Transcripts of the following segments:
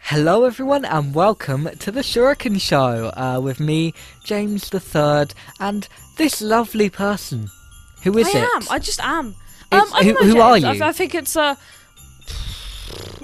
Hello, everyone, and welcome to the Shuriken Show uh, with me, James the Third, and this lovely person. Who is I it? am. I just am. Um, It's- I don't who- know, who are James. you? I- I, think it's uh,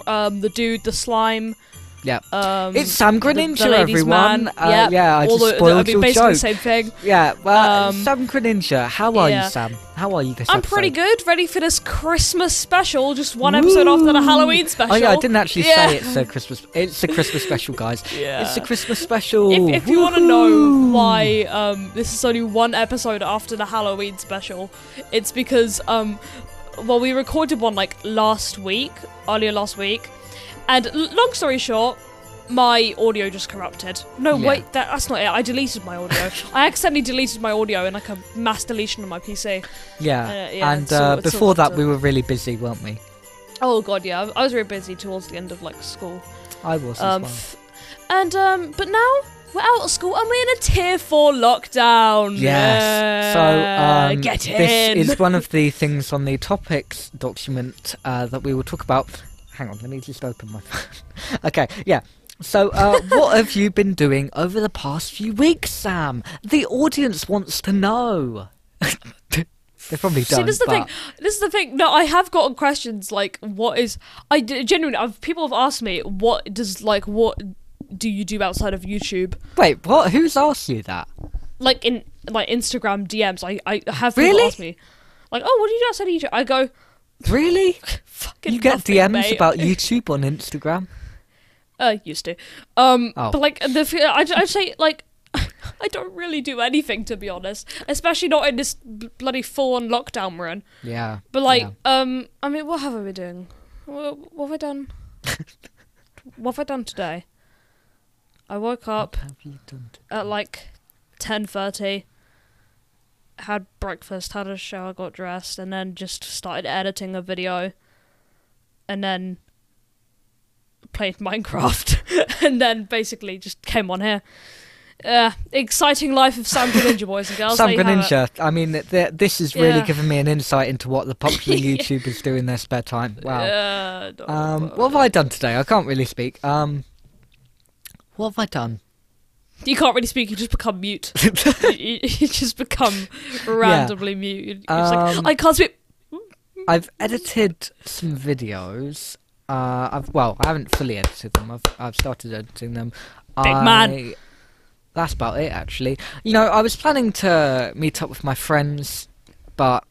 um, the dude, the slime. yeah, Um, it's Sam the- the Greninja, ladies' everyone. Man. Uh, yeah, yeah, I all just the, spoiled I mean, your basically joke. the same thing. Yeah, well, Um, Sam Greninja, how are yeah. you, Sam? How are you this I'm pretty episode? good. Ready for this Christmas special? Just one episode after the Woo! Halloween special. Oh yeah, I didn't actually Yeah. say it's a Christmas. It's a Christmas special, guys. Yeah. It's a Christmas special. If, if you want to know Woohoo! why um, this is only one episode after the Halloween special, it's because um, well, we recorded one like last week, earlier last week, and l- long story short, my audio just corrupted. No, Yeah. wait, that, that's not it. I deleted my audio. I accidentally deleted my audio in like a mass deletion on my PC. yeah, uh, yeah, and it's all- uh, it's all before back that to- we were really busy, weren't we? Oh god, yeah, I was very busy towards the end of like school. I was Um, as f- and um, but now we're out of school and we're in a tier four lockdown. well. Yes. So Yeah, um, Uh, get in. this is one of the things on the topics document uh, that we will talk about. Hang on, let me just open my phone. okay, yeah. So, uh, what have you been doing over the past few weeks, Sam? The audience wants to know. they probably don't. See, this is the but thing. This is the thing. No, I have gotten questions like, "What is?" I d- genuinely, I've, people have asked me, "What does like what do you do outside of YouTube?" Wait, what? Who's asked you that? Like in like Instagram DMs, I I have people Really? ask me, like, "Oh, what do you do outside of YouTube?" I go, Really? "Fucking you get nothing, DMs mate." about YouTube on Instagram? Uh, used to. Um, Oh. but like the f- I I say like I don't really do anything to be honest, especially not in this bl- bloody full on lockdown we're in. Yeah. But like, yeah. um, I mean, what have I been doing? What, what have I done? what have I done today? I woke up Have you done t- at like ten thirty. Had breakfast, had a shower, got dressed, and then just started editing a video, and then played Minecraft, and then basically just came on here. Uh, exciting life of Sam Greninja, boys and girls. Sam There you have it. Greninja. I mean, th- th- this is really Yeah. giving me an insight into what the popular YouTubers do in their spare time. Wow. Uh, don't- Um, what have I done today? I can't really speak. Um, what have I done? You can't really speak. You just become mute. you, you- you just become randomly mute. You're just like, Um, I can't speak. I've edited some videos. Uh, I've well, I haven't fully edited them. I've I've started editing them. Big man. I- That's about it, actually. You know, I was planning to meet up with my friends, but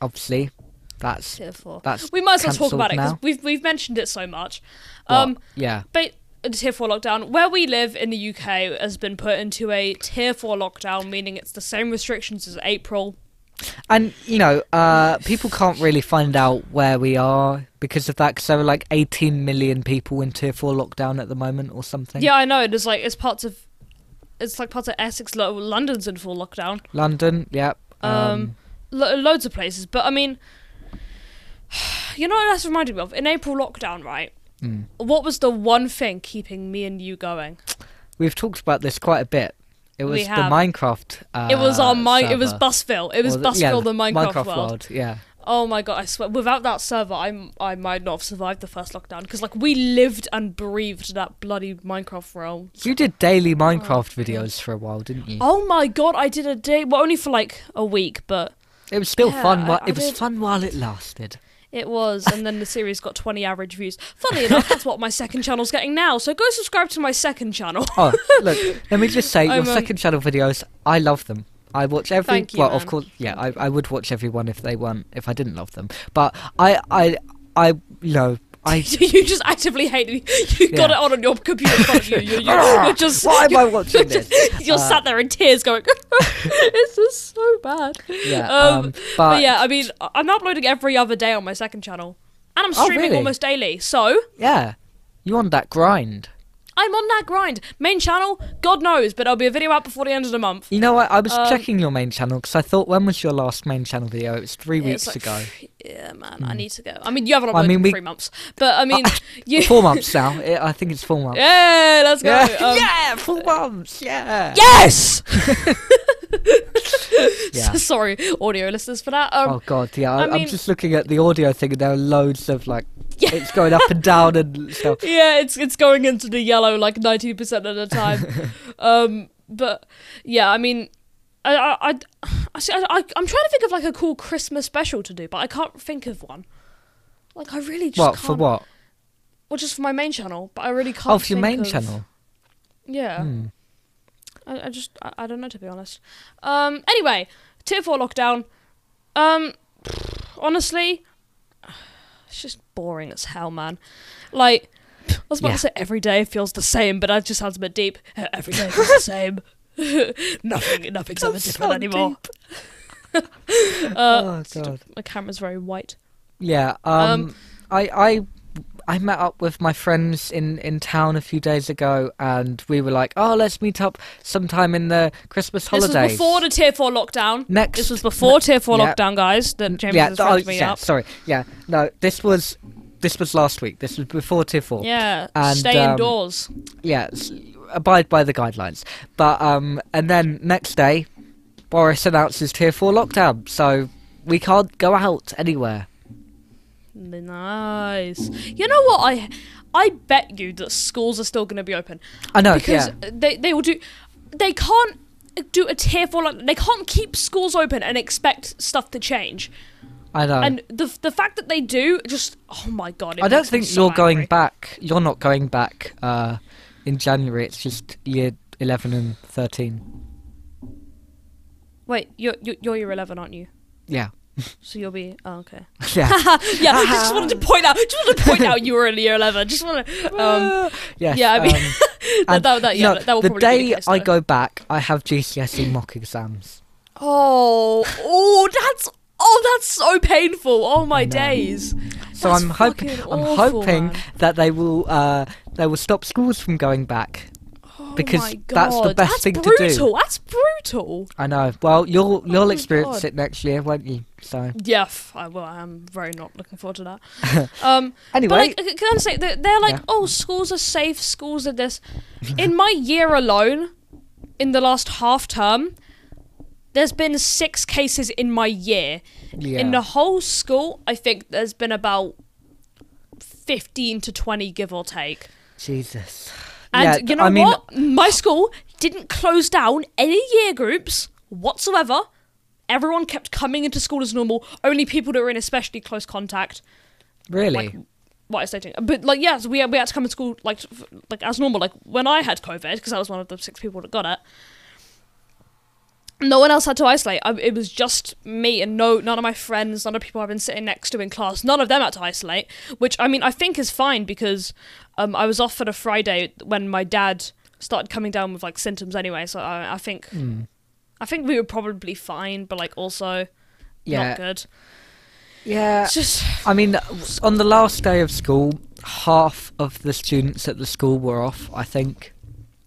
obviously, that's Tier four. that's We might as well talk cancelled about it because now. we've we've mentioned it so much. What? Um, yeah, but a tier four lockdown, where we live in the UK, has been put into a tier four lockdown, meaning it's the same restrictions as April. and you know, uh, people can't really find out where we are because of that. Because there are like 18 million people in tier four lockdown at the moment, or something. Yeah, I know. There's like it's parts of, it's like parts of Essex, Lo- London's in full lockdown. London. Yep. Um, lo- loads of places. But I mean, you know what that's reminded me of? In April lockdown, right? Mm. What was the one thing keeping me and you going? We've talked about this quite a bit. It We was the have. Minecraft. Uh, It was our mi- It was server. Busville. It was Or the- Busville, yeah, the Minecraft, world. Yeah, Oh my god! I swear, without that server, I I might not have survived the first lockdown because like we lived and breathed that bloody Minecraft realm. you did daily Minecraft videos for a while, didn't you? Oh my god! I did a day, well, only for like a week, but it was still yeah, fun. I- While, I it was did. fun while it lasted. It was, and then the series got 20 average views. Funny enough, that's what my second channel's getting now, so go subscribe to my second channel. Oh, look, let me just say, your I'm, um, second channel videos, I love them. I watch every. Thank you, well, of man. course, yeah, I, I would watch every one if they weren't if I didn't love them. But I, I, I, you know, I. you just actively hate me. You got Yeah. it on on your computer in front of you. You- you- You're just. Why am I you're- watching you're just- this? You're Uh, sat there in tears going, it's just so bad. Yeah, Um, um, but, but- yeah, I mean, I- I'm uploading every other day on my second channel, and I'm Oh, streaming really? almost daily, so Yeah, you on that grind? I'm on that grind. Main channel, God knows, but there'll be a video out before the end of the month. You know what? I was Um, checking your main channel because I thought, when was your last main channel video? It was three It's weeks like, ago. Hmm. Yeah, man, I need to go. I mean, you haven't uploaded I mean, in we- three months, but I mean, you. four months now. It, I think it's four months. Yeah, let's go. Yeah, Um, yeah, four months. Yeah. Yes. Yeah. Sorry, audio listeners, for that. Um, oh god, yeah. I, I I am mean- just looking at the audio thing, and there are loads of like Yeah. It's going up and down and stuff. yeah, it's it's going into the yellow like ninety percent of the time. um, but yeah, I mean, I I I, I, see, I I I'm trying to think of like a cool Christmas special to do, but I can't think of one. Like I really just What can't. for? What? Well, just for my main channel, but I really can't. Oh, for your think main of- channel. Yeah. Hmm. I, I just I, I don't know to be honest. Um. Anyway, tier four lockdown. Um. Honestly, it's just boring as hell, man. Like I was about Yeah. to say every day feels the same, but that just sounds a bit deep. Every day feels the same. Nothing. Nothing's ever That's different so anymore. oh uh, god. my camera's very white. Yeah. Um, I I I met up with my friends in in town a few days ago, and we were like, oh, let's meet up sometime in the Christmas holidays. This was before the tier four lockdown. Next. This was before tier four yeah. lockdown, guys. That James yeah. has th- friends oh, me yeah. up. Sorry. Yeah. No. This was this was last week. This was before tier four. Yeah. And, Stay um, indoors. yeah, s- abide by the guidelines. But um, and then next day, Boris announces tier four lockdown, so we can't go out anywhere. Nice. You know what? I I bet you that schools are still going to be open I know. because Oh, yeah. they they will do. They can't do a tier four. Like, they can't keep schools open and expect stuff to change. I know. And the the fact that they do just oh my god! It Oh. I don't makes me think so you're going angry. back. You're not going back uh, in January. It's just year eleven and thirteen. Wait, you're you're, you're year eleven, aren't you? Yeah. So you'll be oh, okay. Yeah. yeah, I just wanted to point out. Just wanted to point out you were in year eleven. Just want to. Um, yes, yeah, I mean, um, that, and that, that, yeah, no, that will the probably be day the case, I though. go back, I have GCSE E mock exams. Oh, oh, that's oh, that's so painful. Oh my know. days. So That's I'm hoping fucking I'm awful, hoping man. that they will uh, they will stop schools from going back. Oh because my that's the God, best that's thing to do. brutal. That's brutal. I know. Well, you'll Oh you'll my experience God. it next year, won't you? So Yeah, f- I will. I'm very not looking forward to that. um, anyway, but like, I can I say they're, they're like, Yeah. oh, schools are safe. Schools are this. In my year alone, in the last half term, there's been six cases in my year. yeah, In the whole school, I think there's been about fifteen to twenty, give or take. Jesus. yeah, And th- you know I mean, what? My school didn't close down any year groups whatsoever. Everyone kept coming into school as normal. Only people that were in especially close contact. Really? Like, what is stating? But like, yes, we we had to come to school like f- like as normal. Like when I had COVID, because I was one of the six people that got it. No one else had to isolate. I, it was just me and no none of my friends, none of the people I've been sitting next to in class. None of them had to isolate, which I mean I think is fine because um, I was off for the Friday when my dad started coming down with like symptoms anyway. So I, I think Hmm. I think we were probably fine, but like also Yeah. Uh, not good. yeah. It's just I mean, on the last day of school, half of the students at the school were off, I think,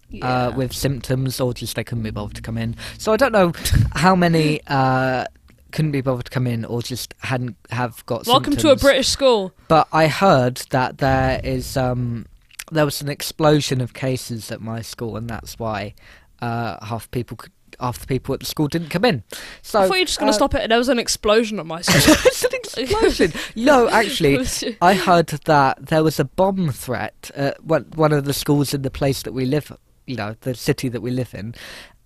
yeah. uh, with symptoms or just they couldn't be bothered to come in. So I don't know how many uh, couldn't be bothered to come in or just hadn't have got. Welcome to a symptoms. British school. But I heard that there is um, there was an explosion of cases at my school, and that's why uh, half people could, half the people at the school didn't come in. So I thought you were just going to uh, stop it, and there was an explosion on my school. it's an explosion. no, actually, I heard that there was a bomb threat at one, one of the schools in the place that we live, you know, the city that we live in,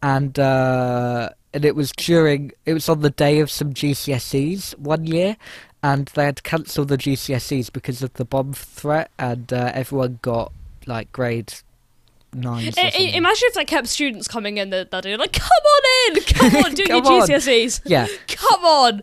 and uh, and it was during it was on the day of some GCSEs one year, and they had cancelled the GCSEs because of the bomb threat, and uh, everyone got like grade nine. I- I- imagine if they kept students coming in that that are like, come on in, come on, do your Come on." GCSEs, yeah, come on.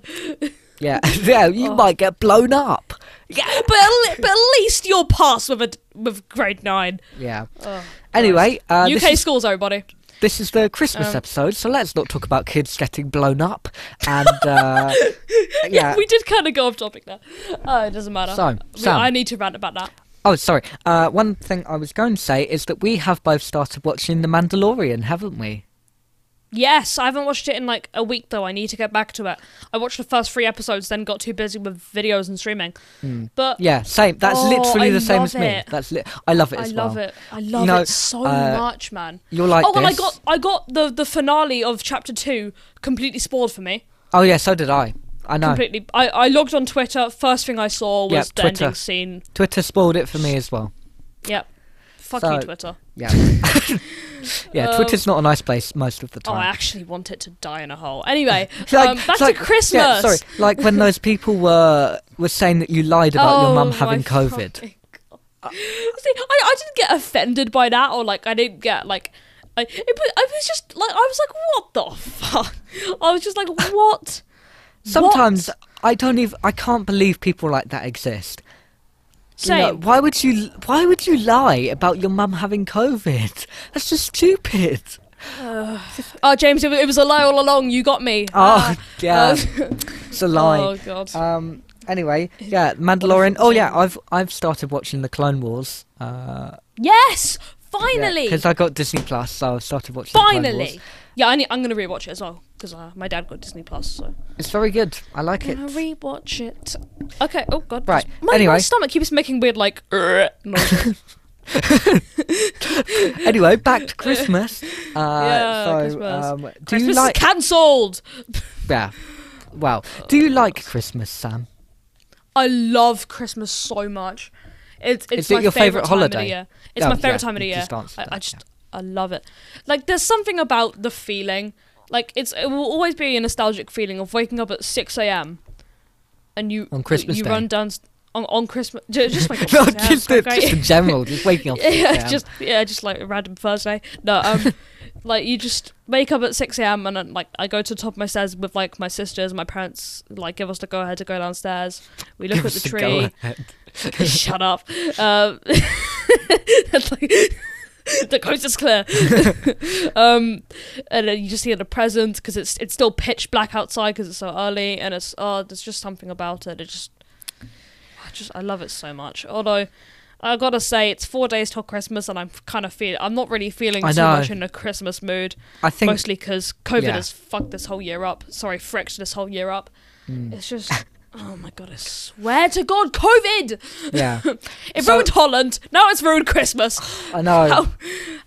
yeah, yeah. You Oh. might get blown up. Yeah, but at, le- but at least you'll pass with a d- with grade nine. Yeah. Oh, Anyway, uh, this UK is- schools, everybody. This is the Christmas Um, episode, so let's not talk about kids getting blown up. And uh, yeah, we did kind of go off topic there. Oh, it doesn't matter. So, We- Sam. I need to rant about that. oh sorry. Uh, one thing I was going to say is that we have both started watching The Mandalorian, haven't we? Yes, I haven't watched it in like a week though. I need to get back to it. I watched the first three episodes, then got too busy with videos and streaming. Hmm. But Yeah, same. That's Oh, literally I the same love as me. it. That's li- I love it I as love well. it. I love know, it so uh, much, man. You're like oh, well, I this. got I got the the finale of chapter two completely spoiled for me. Oh yeah, so did I. I know. completely. I, I logged on Twitter. First thing I saw was Yeah, the Twitter. ending scene. Twitter spoiled it for me as well. Yep. Fuck So, you, Twitter. Yeah. yeah, Um, Twitter's not a nice place most of the Oh, I time. actually want it to die in a hole. Anyway, It's like- um, it's back like- to Christmas. Yeah, sorry. Like when those people were were saying that you lied about your Oh, mum having COVID. See, I, I didn't get offended by that, or like I didn't get like. I, it, was- I was just like I was like, what the fuck? I was just like, what? Sometimes I don't even I can't believe people like that exist. You Same. know, why would you why would you lie about your mum having COVID? That's just stupid. Oh, James, it was, it was a lie all along. You got me. Oh, yeah. um, It's a lie. Uh, Oh god. Um. Anyway, yeah, Mandalorian. Oh yeah, I've I've started watching the Clone Wars. Uh, yes, finally. because I got Disney Plus, so I started watching. the Clone finally. Wars. Yeah, I need, I'm gonna rewatch it as well because uh, my dad got Disney Plus, so it's very good. I like it. I'm gonna rewatch it. Okay. Oh god. Right, My, my anyway. stomach keeps making weird like noises. anyway, back to Christmas. Uh, Yeah, so, Christmas. Um, do you Christmas like? is cancelled. yeah. Wow. Do you like Christmas, Sam? I love Christmas so much. It's it's Is it my your favourite favorite, time Of holiday? the year. It's Oh, my favorite yeah, time of the you year. just answered I, I that, just I love it. Like there's something about the feeling. Like it's it will always be a nostalgic feeling of waking up at six a.m. and you On Christmas you Day. run down on, on Christmas ju- just wake up no, at 6 a.m., just, it's Oh, great. just in general, just waking up. yeah, yeah. just yeah, just like a random Thursday. No, um, like you just wake up at six a.m. and then, like I go to the top of my stairs with like my sisters. My parents like give us the go ahead to go downstairs. We look Give at us the a go tree. ahead. Shut up. Um, that's like, the coast is clear. um, and then you just hear the presents because it's it's still pitch black outside because it's so early, and it's oh, there's just something about it. It just, I just I love it so much. Although. I gotta say, it's four days till Christmas, and I'm kind of feel I'm not really feeling I too know. much in a Christmas mood, I think. mostly because COVID Yeah. has fucked this whole year up. Sorry, fricked this whole year up. mm, It's just, oh my god, I swear to God, COVID! yeah. It So- Oh. ruined Holland. Now it's ruined Christmas. I know. How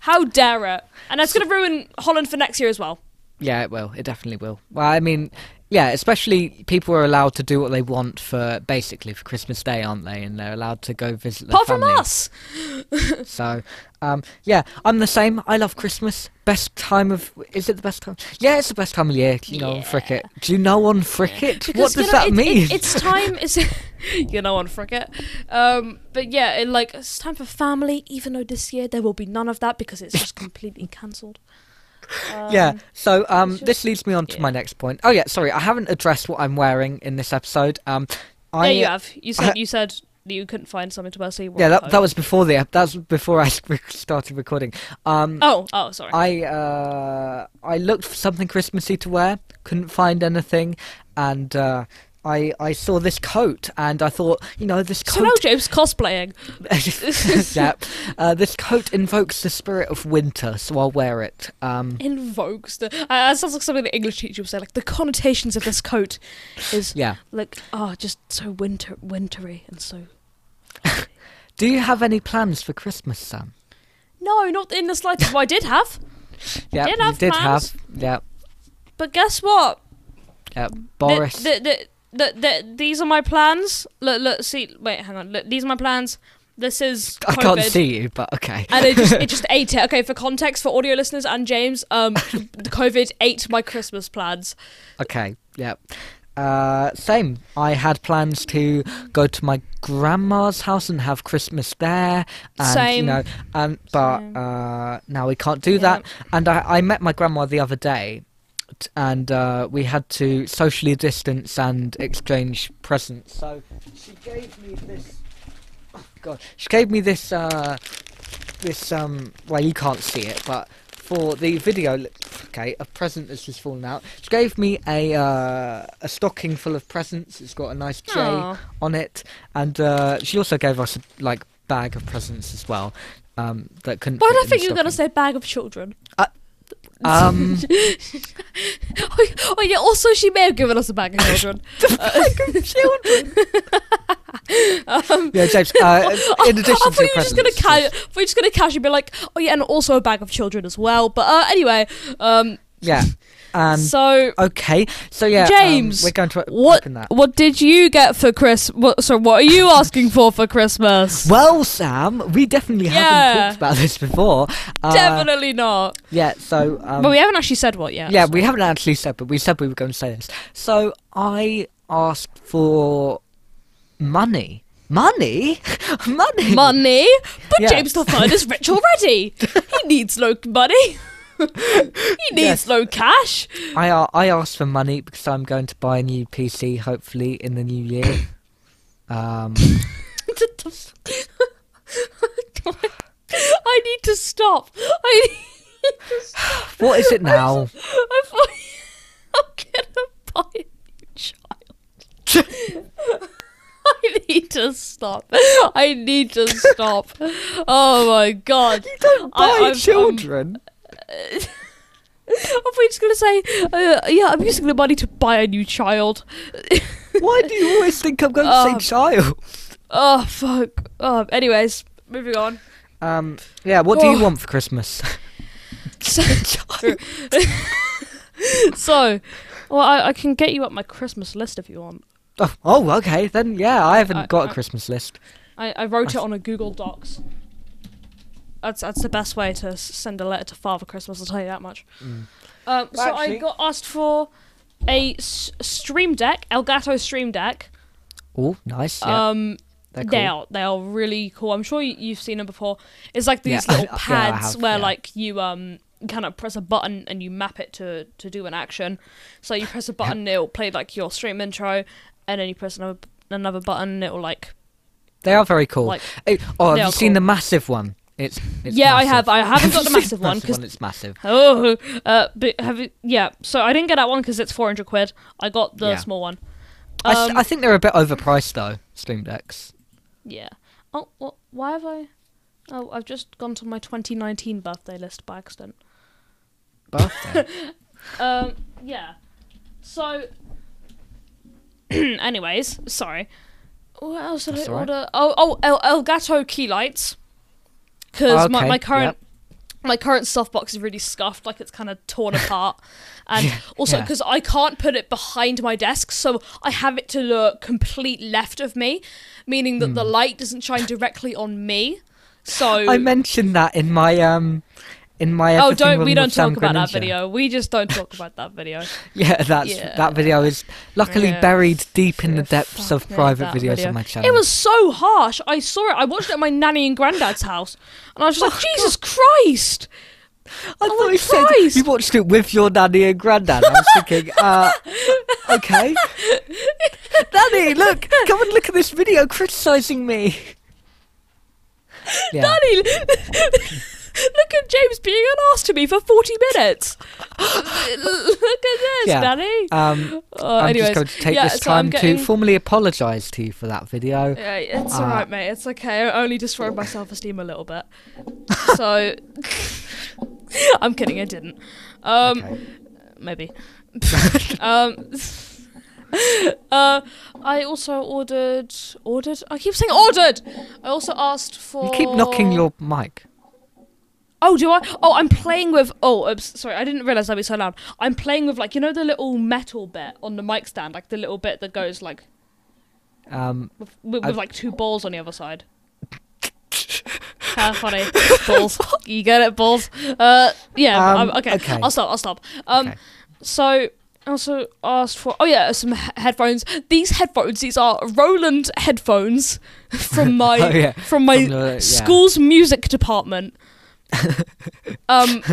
how dare it? And that's going to ruin Holland for next year as well. Yeah, it will. It definitely will. Well, I mean, yeah, especially people are allowed to do what they want for basically for Christmas Day, aren't they? And they're allowed to go visit their Apart from family. us. So, um, yeah, I'm the same. I love Christmas. Best time of is it the best time? Yeah, it's the best time of year. You know, on Yeah. Fricket. Do you know on Fricket? Because, What you does know, that it- mean? it- it's time. It's you know, on frick it. Um, but yeah, it, like it's time for family. Even though this year there will be none of that because it's just completely cancelled. Um, yeah. So um, this leads me on to yeah. my next point. Oh yeah, sorry, I haven't addressed what I'm wearing in this episode. Um, I yeah, you have. You said you said that you couldn't find something to wear, so you wore yeah, a that, coat. that was before the ep- that was before I started recording. Um, Oh, oh, sorry. I uh, I looked for something Christmassy to wear, couldn't find anything, and uh, I I saw this coat and I thought, you know, this so now coat, James cosplaying. yeah, uh, this coat invokes the spirit of winter, so I'll wear it. Um, invokes the. Uh, that sounds like something the English teacher would say. Like the connotations of this coat is yeah. like oh, just so winter, wintry, and so. Do you have any plans for Christmas, Sam? No, not in the slightest. well, I did have, Yeah, Did you have did plans. have. Yeah, but guess what? yeah. The- Boris. the- the- the- the- these are my plans. Look, look, see, wait, hang on. Look, these are my plans. This is. I can't COVID. see you, but okay. and it just it just ate it. Okay, for context for audio listeners and James, um, the COVID ate my Christmas plans. Okay, yeah. Uh, same. I had plans to go to my grandma's house and have Christmas there, and you Same. know, and but Same. uh, now we can't do Yeah. that. And I, I met my grandma the other day, t- and uh, we had to socially distance and exchange presents. So she gave me this. Oh God, she gave me this. Uh, this um. Well, you can't see it, but for the video, li- okay, a present that's just fallen out. She gave me a uh, a stocking full of presents. It's got a nice J Aw. on it, and uh, she also gave us a, like bag of presents as well. Um, that couldn't. Why fit did I in think the you were gonna stocking. say bag of children? Um, Oh, oh yeah. Also, she may have given us a bag of children. yeah, James. Uh, in I addition thought to Um, Oh, you were just gonna presents, ca- I thought you were just gonna casually be like, oh yeah, and also a bag of children as well. But uh, anyway, um, Yeah. And so okay, so yeah, um, James, we're going to what open that. what did you get for Chris? What so what are you asking for for Christmas? Well, Sam, we definitely haven't Yeah. talked about this before. Uh, Definitely not. Yeah. So. Um, but we haven't actually said what yet. yeah, we haven't actually said, but we said we were going to say this. So I asked for money. Money? money? money. But Yeah. James the Third is rich already. he needs no money. he needs Yes. no cash. I, a- I asked for money because I'm going to buy a new PC, hopefully, in the new year. um, I need to stop. I need to stop. what is it now? I thought I'm gonna buy a new child. I need to stop. I need to stop. Oh my god. You don't buy children. I'm, just gonna say, uh, yeah, I'm using the money to buy a new child. Why do you always think I'm going to Um, say child? Oh fuck. Oh, anyways, moving on. Um, yeah, what do you oh. want for Christmas? So, so well, I, I can get you up my Christmas list if you want. oh, oh, okay, then yeah, I haven't I- got a I- Christmas list. I, I wrote it on a Google Docs. That's that's the best way to s- send a letter to Father Christmas. I'll tell you that much. Um, so Actually- I got asked for a s- Stream Deck, Elgato Stream Deck. Oh, nice. Yeah, Um, they're cool. they are they are really cool. I'm sure you, you've seen them before. It's like these Yeah, I- little yeah, I pads have, where yeah. like you um kind of press a button and you map it to to do an action. So you press a button, it'll play like your stream intro, and then you press another another button, it'll like They are very cool. Like, Eh, oh, have they you are seen cool. the massive one? It's, it's Yeah, I massive. have. I haven't got you the seen massive one 'cause- It's massive. oh, uh, but have you, yeah. So I didn't get that one because it's four hundred quid. I got the Yeah. small one. I, s- Um, I think they're a bit overpriced though. Stream decks. Yeah. Oh, what? Why have I? Oh, I've just gone to my 2019 birthday list by accident. Birthday. Um, yeah. So, anyways, sorry. What else did That's I all right. order? Oh, oh, El- Elgato key lights. Because my, Okay, my current my current softbox is really scuffed, like it's kind of torn apart, and Yeah, also yeah. because I can't put it behind my desk, so I have it to the complete left of me, meaning that the light doesn't shine directly on me. So Hmm. I mentioned that in my um, in my. oh, Everything don't Wrong we with don't Sam talk about that Greninja. video. We just don't talk about that video. Yeah, that's Yeah. that video is luckily Yeah. buried deep in the Yeah, depths of fuck me, private that videos video. on my channel. It was so harsh. I saw it. I watched it at my nanny and granddad's house, and I was just like, Oh, Jesus Christ! I oh thought my you said Christ! you watched it with your nanny and granddad. I was thinking, uh, okay, nanny, look, come and look at this video criticizing me. Yeah. Nanny, look at James being an ass to me for forty minutes. look at this, Yeah. Nanny. Um, Oh, I'm anyways, just going to take yeah, this so I'm time getting- to formally apologise to you for that video. Yeah, it's Uh, alright, mate. It's okay. I only destroyed my self esteem a little bit. So I'm kidding. I didn't. Um, Okay. maybe. um, uh, I also ordered. Ordered? I keep saying ordered! I also asked for. You keep knocking your mic. Oh, do I? Oh, I'm playing with. Oh, oops, sorry, I didn't realize that'd be so loud. I'm playing with, like, you know, the little metal bit on the mic stand, like the little bit that goes, like, Um, with, with, I- with like two balls on the other side. How funny. balls. You get it, balls. Uh, yeah, Um, um, okay. okay. I'll stop, I'll stop. Um, Okay. So, I also asked for, oh yeah, some he- headphones. These headphones, these are Roland headphones from my, Oh, yeah. from my From the- yeah. school's music department. um,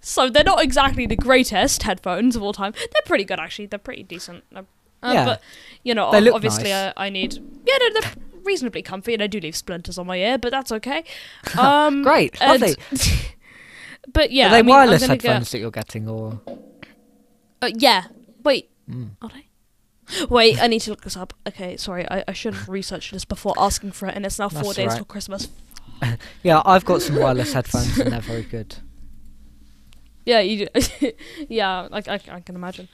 so they're not exactly the greatest headphones of all time. They're pretty good, actually. They're pretty decent. Uh, Yeah. But, you know, They ob- look obviously uh, nice. I, I need yeah no, they're reasonably comfy and I do leave splinters on my ear but that's okay um Great, and- lovely. but yeah Are they I mean, I'm wireless gonna get- headphones that you're getting, or uh, yeah wait Mm. are they wait I need to look this up okay sorry I, I should have researched this before asking for it and it's now four That's days alright. till Christmas yeah, I've got some wireless headphones and they're very good. yeah you do- yeah I, I, I can imagine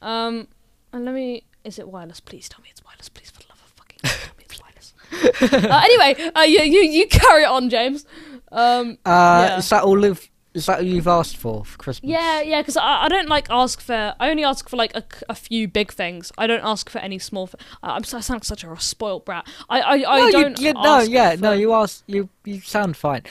um and let me is it wireless please tell me it's wireless please for the love of fucking God, tell me it's wireless uh, anyway uh, you, you you carry on James um Uh, Yeah. Is that all of Is that what you've asked for for Christmas? Yeah, yeah, because I, I don't like ask for. I only ask for like a, c- a few big things. I don't ask for any small. F- I, I'm so, I sound like such a spoiled brat. I I, I no, Oh, don't. You, you, no, ask yeah, no. for- You ask. You you sound fine.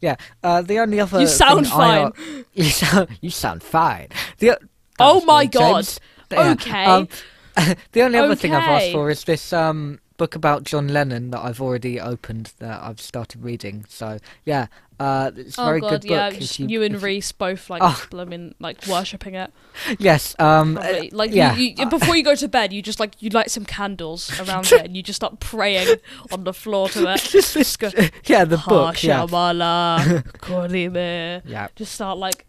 Yeah. Uh, the only other. You sound thing I a- you sound. You sound fine. The, o- that Oh was my weird, God. James. Yeah, Okay. um, the only other thing I've asked Okay. for is this um book about John Lennon that I've already opened that I've started reading. So yeah, uh, it's a oh very god, good yeah. book. sh- if You, and if Reese both like Oh. blooming like worshipping it. Yes. Um. uh, Probably. Like yeah. you, you, before you go to bed, you just like you light some candles around it and you just start praying on the floor to it. Just this- go- yeah, the Ha book. Yeah. Shamala, Kolime. Yeah. Just start like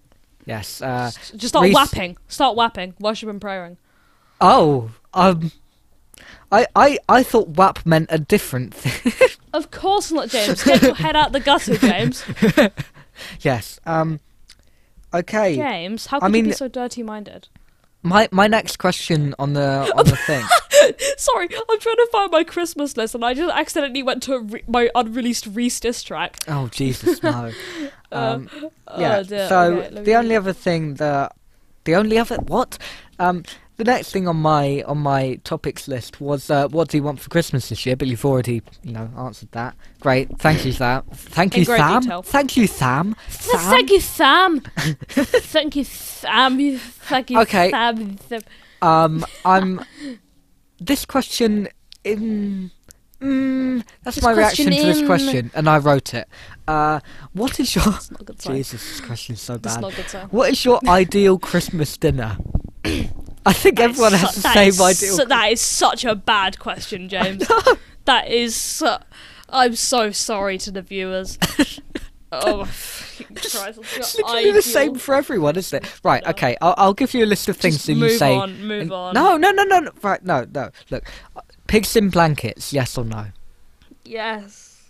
Yes. Uh, s- just start Reese- whapping. Start whapping. Worship and praying. oh. Um. I, I, I thought WAP meant a different thing. Of course not, James. Get your head out the gutter, James. yes. Um. Okay. James, how I can you mean- be so dirty minded? My my next question on the on the thing. Sorry, I'm trying to find my Christmas list and I just accidentally went to a re- my unreleased Reese diss track. Oh Jesus no. Um, yeah. oh, dear. So Okay, let me the only read. other thing that the only other what? Um. The next thing on my on my topics list was uh, what do you want for Christmas this year? But you've already you know answered that. Great. Thank you, Sam. Thank In you, great Sam. detail. Thank you, Sam. Th- Sam. Thank you, Sam. thank you, Sam. You- Thank you, Okay. Sam. Th- Um. I'm. This question. Um, mm, that's This my question reaction to this in- question, and I wrote it. Uh, what is your It's not a good sign. Jesus, this question's so That's bad. not a good sign. What is your ideal Christmas dinner? I think That is everyone has su- the that same is ideal. su- that is such a bad question, James. that is. Su- I'm so sorry to the viewers. oh, my fucking Christ. It's It's your literally the same ideal- for everyone, isn't it? Right, dinner. okay. I'll, I'll give you a list of things Just that you move say. on, move and- on. No, no, no, no, no. Right, no, no. Look, uh, pigs in blankets. Yes or no? Yes.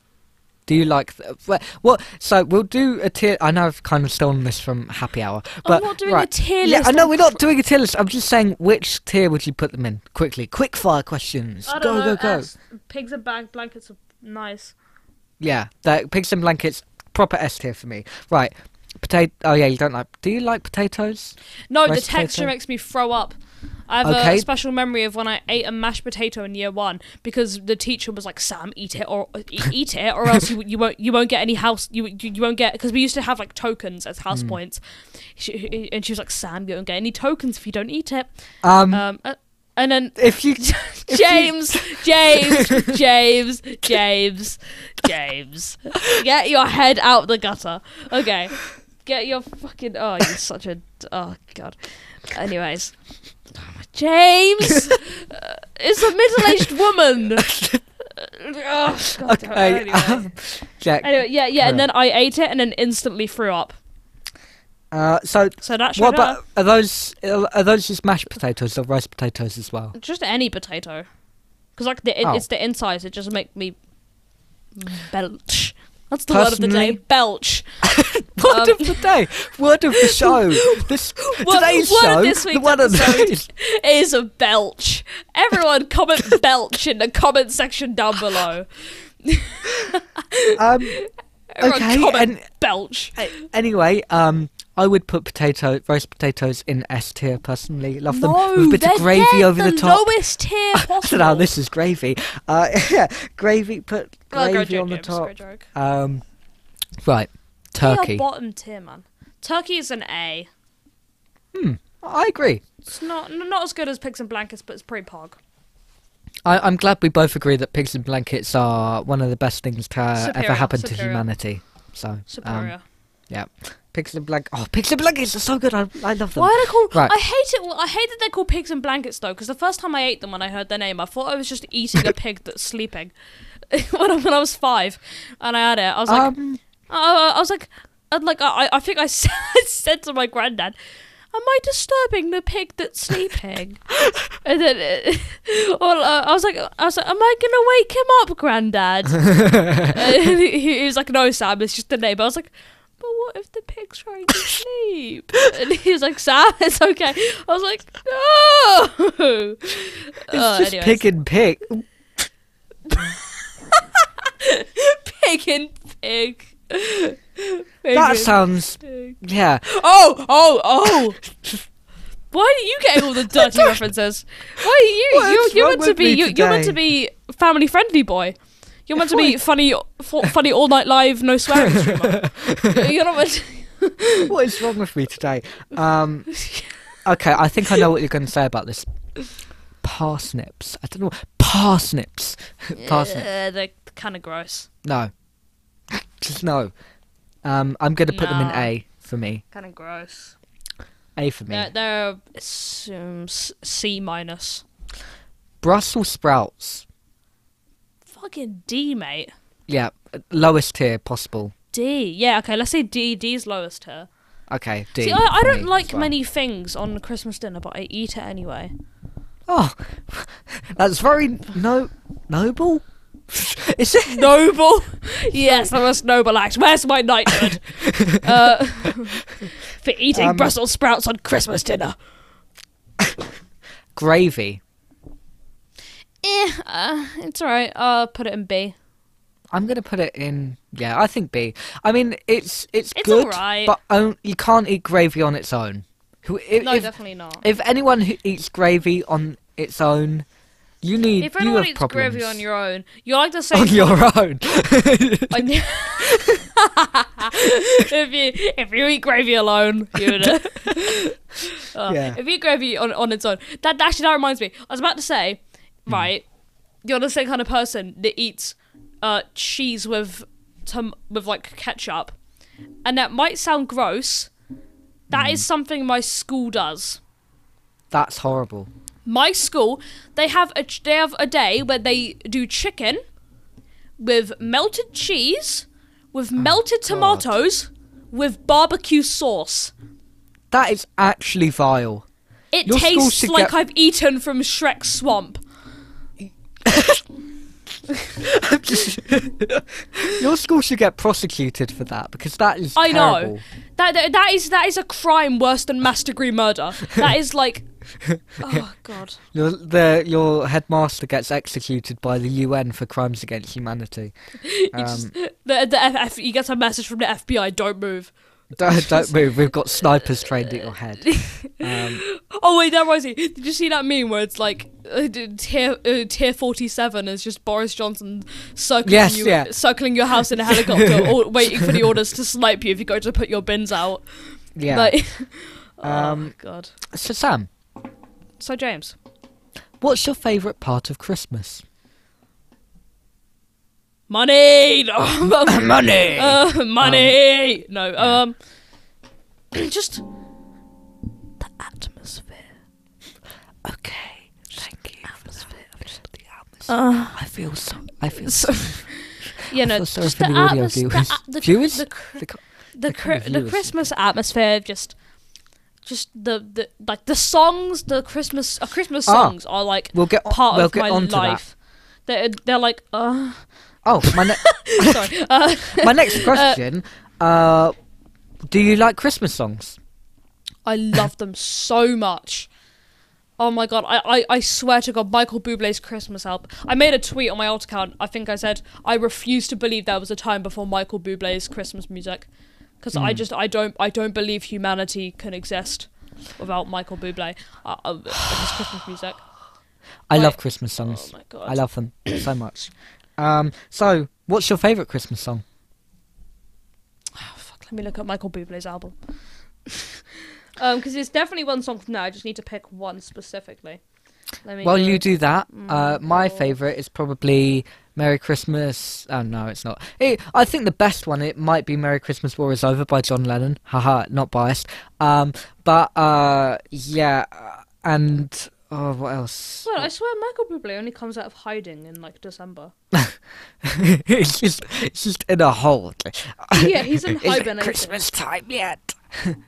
Do you like? Th- what, what? So we'll do a tier. I know I've kind of stolen this from Happy Hour, but I'm not doing right. a tier Yeah, list. I know I'm we're not tr- doing a tier list. I'm just saying which tier would you put them in? Quickly, quick fire questions. I go, don't know, go, go. ass- Pigs and blank blankets are nice. Yeah, the pigs and blankets, proper S tier for me. Right, potato. Oh yeah, you don't like. Do you like potatoes? No, Mashed the texture potato. makes me throw up. I have Okay. a special memory of when I ate a mashed potato in year one because the teacher was like, "Sam, eat it or e- eat it, or else you, you won't you won't get any house you you, you won't get because we used to have like tokens as Hmm. house points, she, and she was like, "Sam, you won't get any tokens if you don't eat it." Um, Um, uh, and then if you. you- James, James, James, James, James, get your head out the gutter. Okay, get your fucking. Oh, you're such a. Oh God. Anyways, James uh, is a middle-aged woman. oh, God damn it. Okay. Anyway. um, Jack. Anyway, yeah, yeah, Carry and on. then I ate it and then instantly threw up. Uh, so So that's what about are those are those just mashed potatoes or rice potatoes as well? just any potato, because like the Oh. it's the insides. It just make me belch. That's the word of Personally- the day. Belch. Word Um, of the day, word of the show. This Word- today's word of show, this the week's word of the episode. day is- is a belch. Everyone comment belch in the comment section down below. Um, Everyone Okay, comment and- belch. a- anyway, um, I would put potato roast potatoes in S tier personally. Love them with a No, bit they're, of gravy they're over the, the top. lowest tier possible. now this is gravy. Uh, yeah, gravy. Put Oh, gravy great joke, on the James, top. great joke. Um, right, Be turkey. Your bottom tier, man. Turkey is an A. I agree. It's not not as good as pigs and blankets, but it's pretty pog. I, I'm glad we both agree that pigs in blankets are one of the best things to uh, ever Superior, happen to superior. humanity. So, um, Superior. yeah, pigs in blank. Oh, pigs in blankets are so good. I, I love them. Why are they called? Right. I hate it. I hate that they're called pigs and blankets though, because the first time I ate them when I heard their name, I thought I was just eating a pig that's sleeping. when, I, when I was five, and I had it, I was like, um, uh, I was like, I'd like, I, I think I said, I said to my granddad, "Am I disturbing the pig that's sleeping?" and then, uh, well, uh, I was like, I was like, "Am I gonna wake him up, granddad?" and he, he was like, "No, Sam, it's just the name." I was like. But what if the pig's trying to sleep? And he was like, Sam, it's okay. I was like, no. Uh, it's Oh, just pig and pig. pig and pig. Pig That and sounds pig. thing. Yeah. Oh, oh, oh! Why are you getting all the dirty references? Why are you? What you is you're wrong meant to with be me you, you're meant to be family friendly boy. You're meant to be funny, fu- funny all night live, no swearing streamer. you're not meant. what is wrong with me today? Um, okay, I think I know what you're going to say about this. Parsnips. I don't know. Parsnips. To, parsnips. Uh, they're kind of gross. No. Just no. Um, I'm going to put them in Nah. A for me. Kind of gross. A for me. They're, they're s- um, s- C minus. Brussels sprouts. Fucking D, mate. Yeah, lowest tier possible. D. Yeah. Okay. Let's say D. D's lowest here. Okay, D. See, I, I for don't me like as well. many things on Christmas dinner, but I eat it anyway. Oh, that's very no noble. Is it? noble. yes, the most noble act. Where's my knighthood? uh, for eating Um, Brussels sprouts on Christmas dinner. Gravy. Eh, uh, it's alright. I'll put it in B. I'm gonna put it in. Yeah, I think B. I mean, it's it's, It's good, alright. but um, you can't eat gravy on its own. Who if No, if, definitely not. if anyone who eats gravy on its own, you need If you anyone have eats problems. gravy on your own, you like to say. on your own. on your- if you if you eat gravy alone, you know. Uh, Yeah. If you eat gravy on, on its own, that that actually that reminds me. I was about to say, right, you're the same kind of person that eats uh, cheese with tom- with like ketchup, and that might sound gross. That is something my school does. That's horrible. My school, they have a ch- they have a day where they do chicken with melted cheese, Oh, with melted tomatoes, with barbecue sauce. That is actually vile. It Your school tastes should like get- I've eaten from Shrek's swamp. Your school should get prosecuted for that because that is I terrible. know. That, that that is that is a crime worse than mass degree murder. That is like Oh god. Your the your headmaster gets executed by the UN for crimes against humanity. You just, Um, the the FF, you get a message from the FBI, don't move. Don't, don't move. We've got snipers trained at your head. Um, Oh wait, that reminds me. Did you see that meme where it's like uh, d- tier uh, tier forty seven is just Boris Johnson circling Yes, you, yeah. circling your house in a helicopter, or waiting for the orders to snipe you if you go to put your bins out. yeah. Like, Um, oh god. so Sam, So James, what's your favourite part of Christmas? money, No, Money. uh, money. no, um, just the atmosphere. okay. Thank you. Atmosphere. The atmosphere. Uh, I feel so. I feel so. so, yeah, no, feel sorry just for the the audio atmosphere. viewers. The, Viewers? the cr- the co- the That kind cri- of the view is Christmas atmosphere of just just the, the like the songs the Christmas uh, Christmas Ah. songs are like We'll get. On, part we'll of get my onto life. They're they're like uh that. Oh, my ne- sorry uh, my next question. uh, do you like Christmas songs? I love them so much. Oh my god, I, I, I swear to god, Michael Bublé's Christmas album. I made a tweet on my alt account. I think I said I refuse to believe there was a time before Michael Bublé's Christmas music, because Hmm. I just I don't I don't believe humanity can exist without Michael Bublé uh, uh, his Christmas music. I Like- love Christmas Oh songs. my god. I love them so much. Um, so, what's your favourite Christmas song? Oh, fuck, let me look at Michael Bublé's album. um, because there's definitely one song from there. I just need to pick one specifically. Let me While do- you do that, uh, my Mm. favourite is probably Merry Christmas. Oh no, it's not. It, I think the best one it might be Merry Christmas War is Over by John Lennon. Haha, not biased. Um, but uh, yeah, uh, and oh, what else? Well, I swear Michael Bublé only comes out of hiding in like December. it's just, it's just in a hole. Yeah, he's in Is it hibernation. Christmas time yet?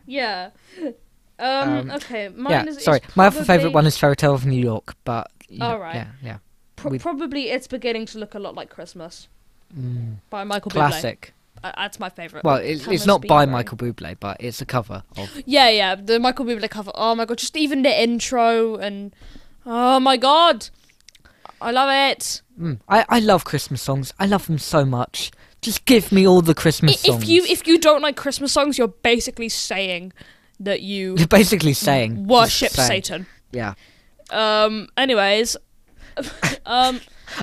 Yeah. Um, Um, okay, mine yeah, is is sorry. My other probably- favourite one is Fairy Tale of New York, but you know, Alright. yeah, yeah, pro- with- probably it's beginning to look a lot like Christmas Mm, by Michael classic. Bublé. Uh, that's my favorite. Well, it's, Colours it's not Be by Grey. Michael Bublé, but it's a cover of. Yeah, yeah, the Michael Bublé cover. Oh my god, just even the intro and oh my god. I love it. Mm. I, I love Christmas songs. I love them so much. Just give me all the Christmas I- songs. If you if you don't like Christmas songs, you're basically saying that you You're basically saying just worship saying. Satan. Yeah. Um. Anyways, um.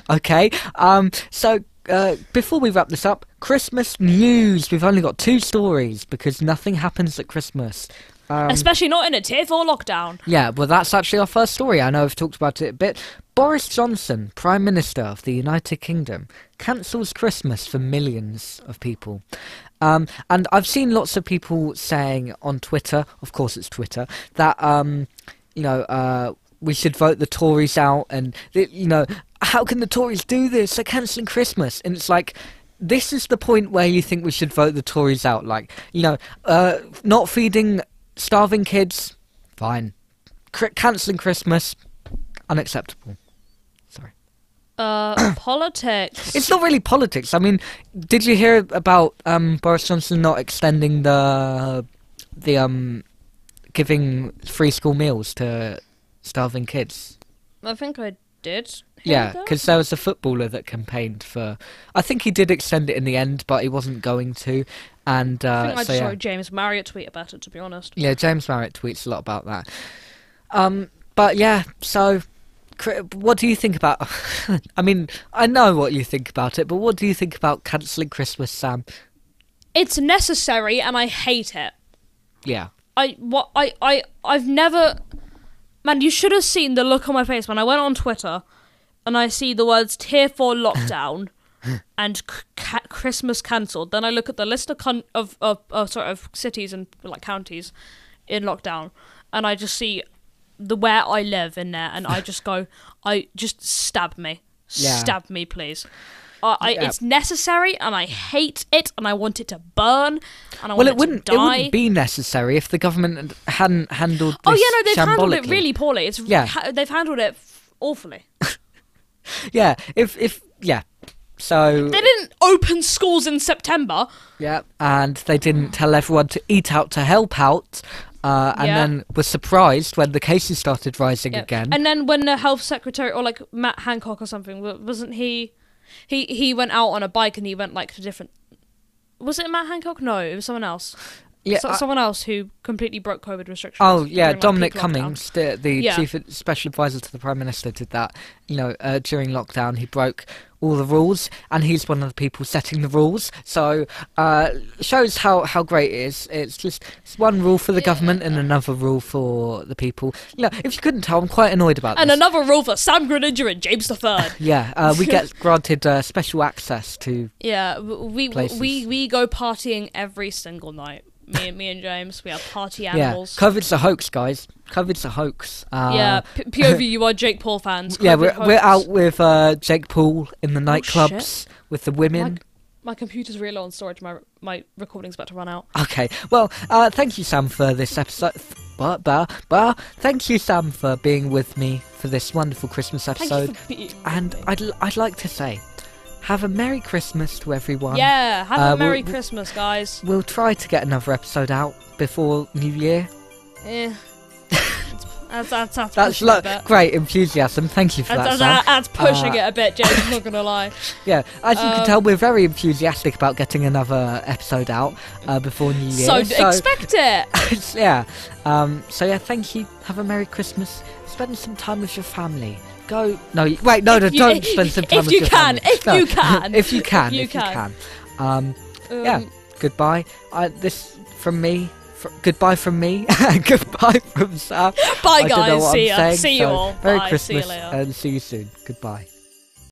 Okay. Um. So uh, before we wrap this up, Christmas news. We've only got two stories because nothing happens at Christmas. Um, especially not in a tier four lockdown. Yeah, well, that's actually our first story. I know I've talked about it a bit. Boris Johnson, Prime Minister of the United Kingdom, cancels Christmas for millions of people. Um, and I've seen lots of people saying on Twitter, of course it's Twitter, that, um, you know, uh, we should vote the Tories out and, th- you know, how can the Tories do this? They're cancelling Christmas. And it's like, this is the point where you think we should vote the Tories out. Like, you know, uh, not feeding starving kids, fine. Cri- cancelling Christmas, unacceptable. Sorry. Uh, politics. It's not really politics. I mean, did you hear about um, Boris Johnson not extending the the um giving free school meals to starving kids? I think I did. hear Yeah, that. because there was a footballer that campaigned for. I think he did extend it in the end, but he wasn't going to. And uh, I think I so, just yeah. saw James Marriott tweet about it. To be honest, Yeah, James Marriott tweets a lot about that. Um, but yeah, so cri- what do you think about? I mean, I know what you think about it, but what do you think about cancelling Christmas, Sam? it's necessary, and I hate it. Yeah, I what I I I've never man, you should have seen the look on my face when I went on Twitter and I see the words tier 4 lockdown and c- ca- Christmas cancelled. Then I look at the list of con- of, of of sort of cities and like counties in lockdown and I just see the where I live in there and I just go I just stab me. Yeah. Stab me please. I, I, Yeah. It's necessary, and I hate it, and I want it to burn, and I well, want it wouldn't to die. it wouldn't be necessary if the government hadn't handled. This Oh yeah, no, they've handled it shambolically. really poorly. It's Yeah. Mm. yeah. ha- they've handled it f- awfully. Yeah, if if yeah, so They didn't open schools in September. yeah, and they didn't tell everyone to eat out to help out. Uh, and Yeah. then were surprised when the cases started rising Yeah. again. And then when the health secretary or like Matt Hancock or something wa- wasn't he? He he went out on a bike and he went like to different. Was it Matt Hancock? No, it was someone else. yeah, So- I- someone else who completely broke COVID restrictions. Oh yeah, during, like, Dominic peak lockdown. Cummings, the, the Yeah. chief special advisor to the prime minister, did that. You know, uh, during lockdown, he broke all the rules, and he's one of the people setting the rules. So uh, shows how how great it is. It's just it's one rule for the government and another rule for the people. You know, if you couldn't tell, I'm quite annoyed about And this. another rule for Sam Greninja and James the Third. yeah, uh, we get granted uh, special access to. Yeah, w- we Places. we we go partying every single night. Me and me and James, we are party Yeah, animals. COVID's a hoax, guys. COVID's a hoax. Uh, yeah, P- POV, you are Jake Paul fans. Yeah, COVID we're, hoax. Oh, we're out with uh, Jake Paul in the nightclubs with the women. My, my computer's really low on storage. My my recording's about to run out. Okay. Well, uh, thank you, Sam, for this episode. Bah, bah, bah. Thank you, Sam, for being with me for this wonderful Christmas Thank episode. you for being. And I'd, l- I'd like to say, have a Merry Christmas to everyone. Yeah, have Uh, a Merry we'll- Christmas, guys. We'll try to get another episode out before New Year. Eh. that's that's that's, That's pushing lo- it a bit. great enthusiasm. Thank you for that, That's, Sam. that's, that's pushing Uh, it a bit, James. I'm not gonna lie. Yeah, as you can um, tell, we're very enthusiastic about getting another episode out uh, before New Year. so, d expect it. yeah. Um, so yeah, thank you. Have a merry Christmas. Spend some time with your family. Go. No, you- wait. No, no. If you- don't if- spend some time if with you your can, family. if you can, if you can. you If you can. can. Um, Um, yeah. Goodbye. Uh, this from me. Fr- goodbye from me. goodbye from Sam. Bye, I don't know guys. what See I'm ya. saying, see you so all. Merry Bye. Christmas See you later. and see you soon. Goodbye.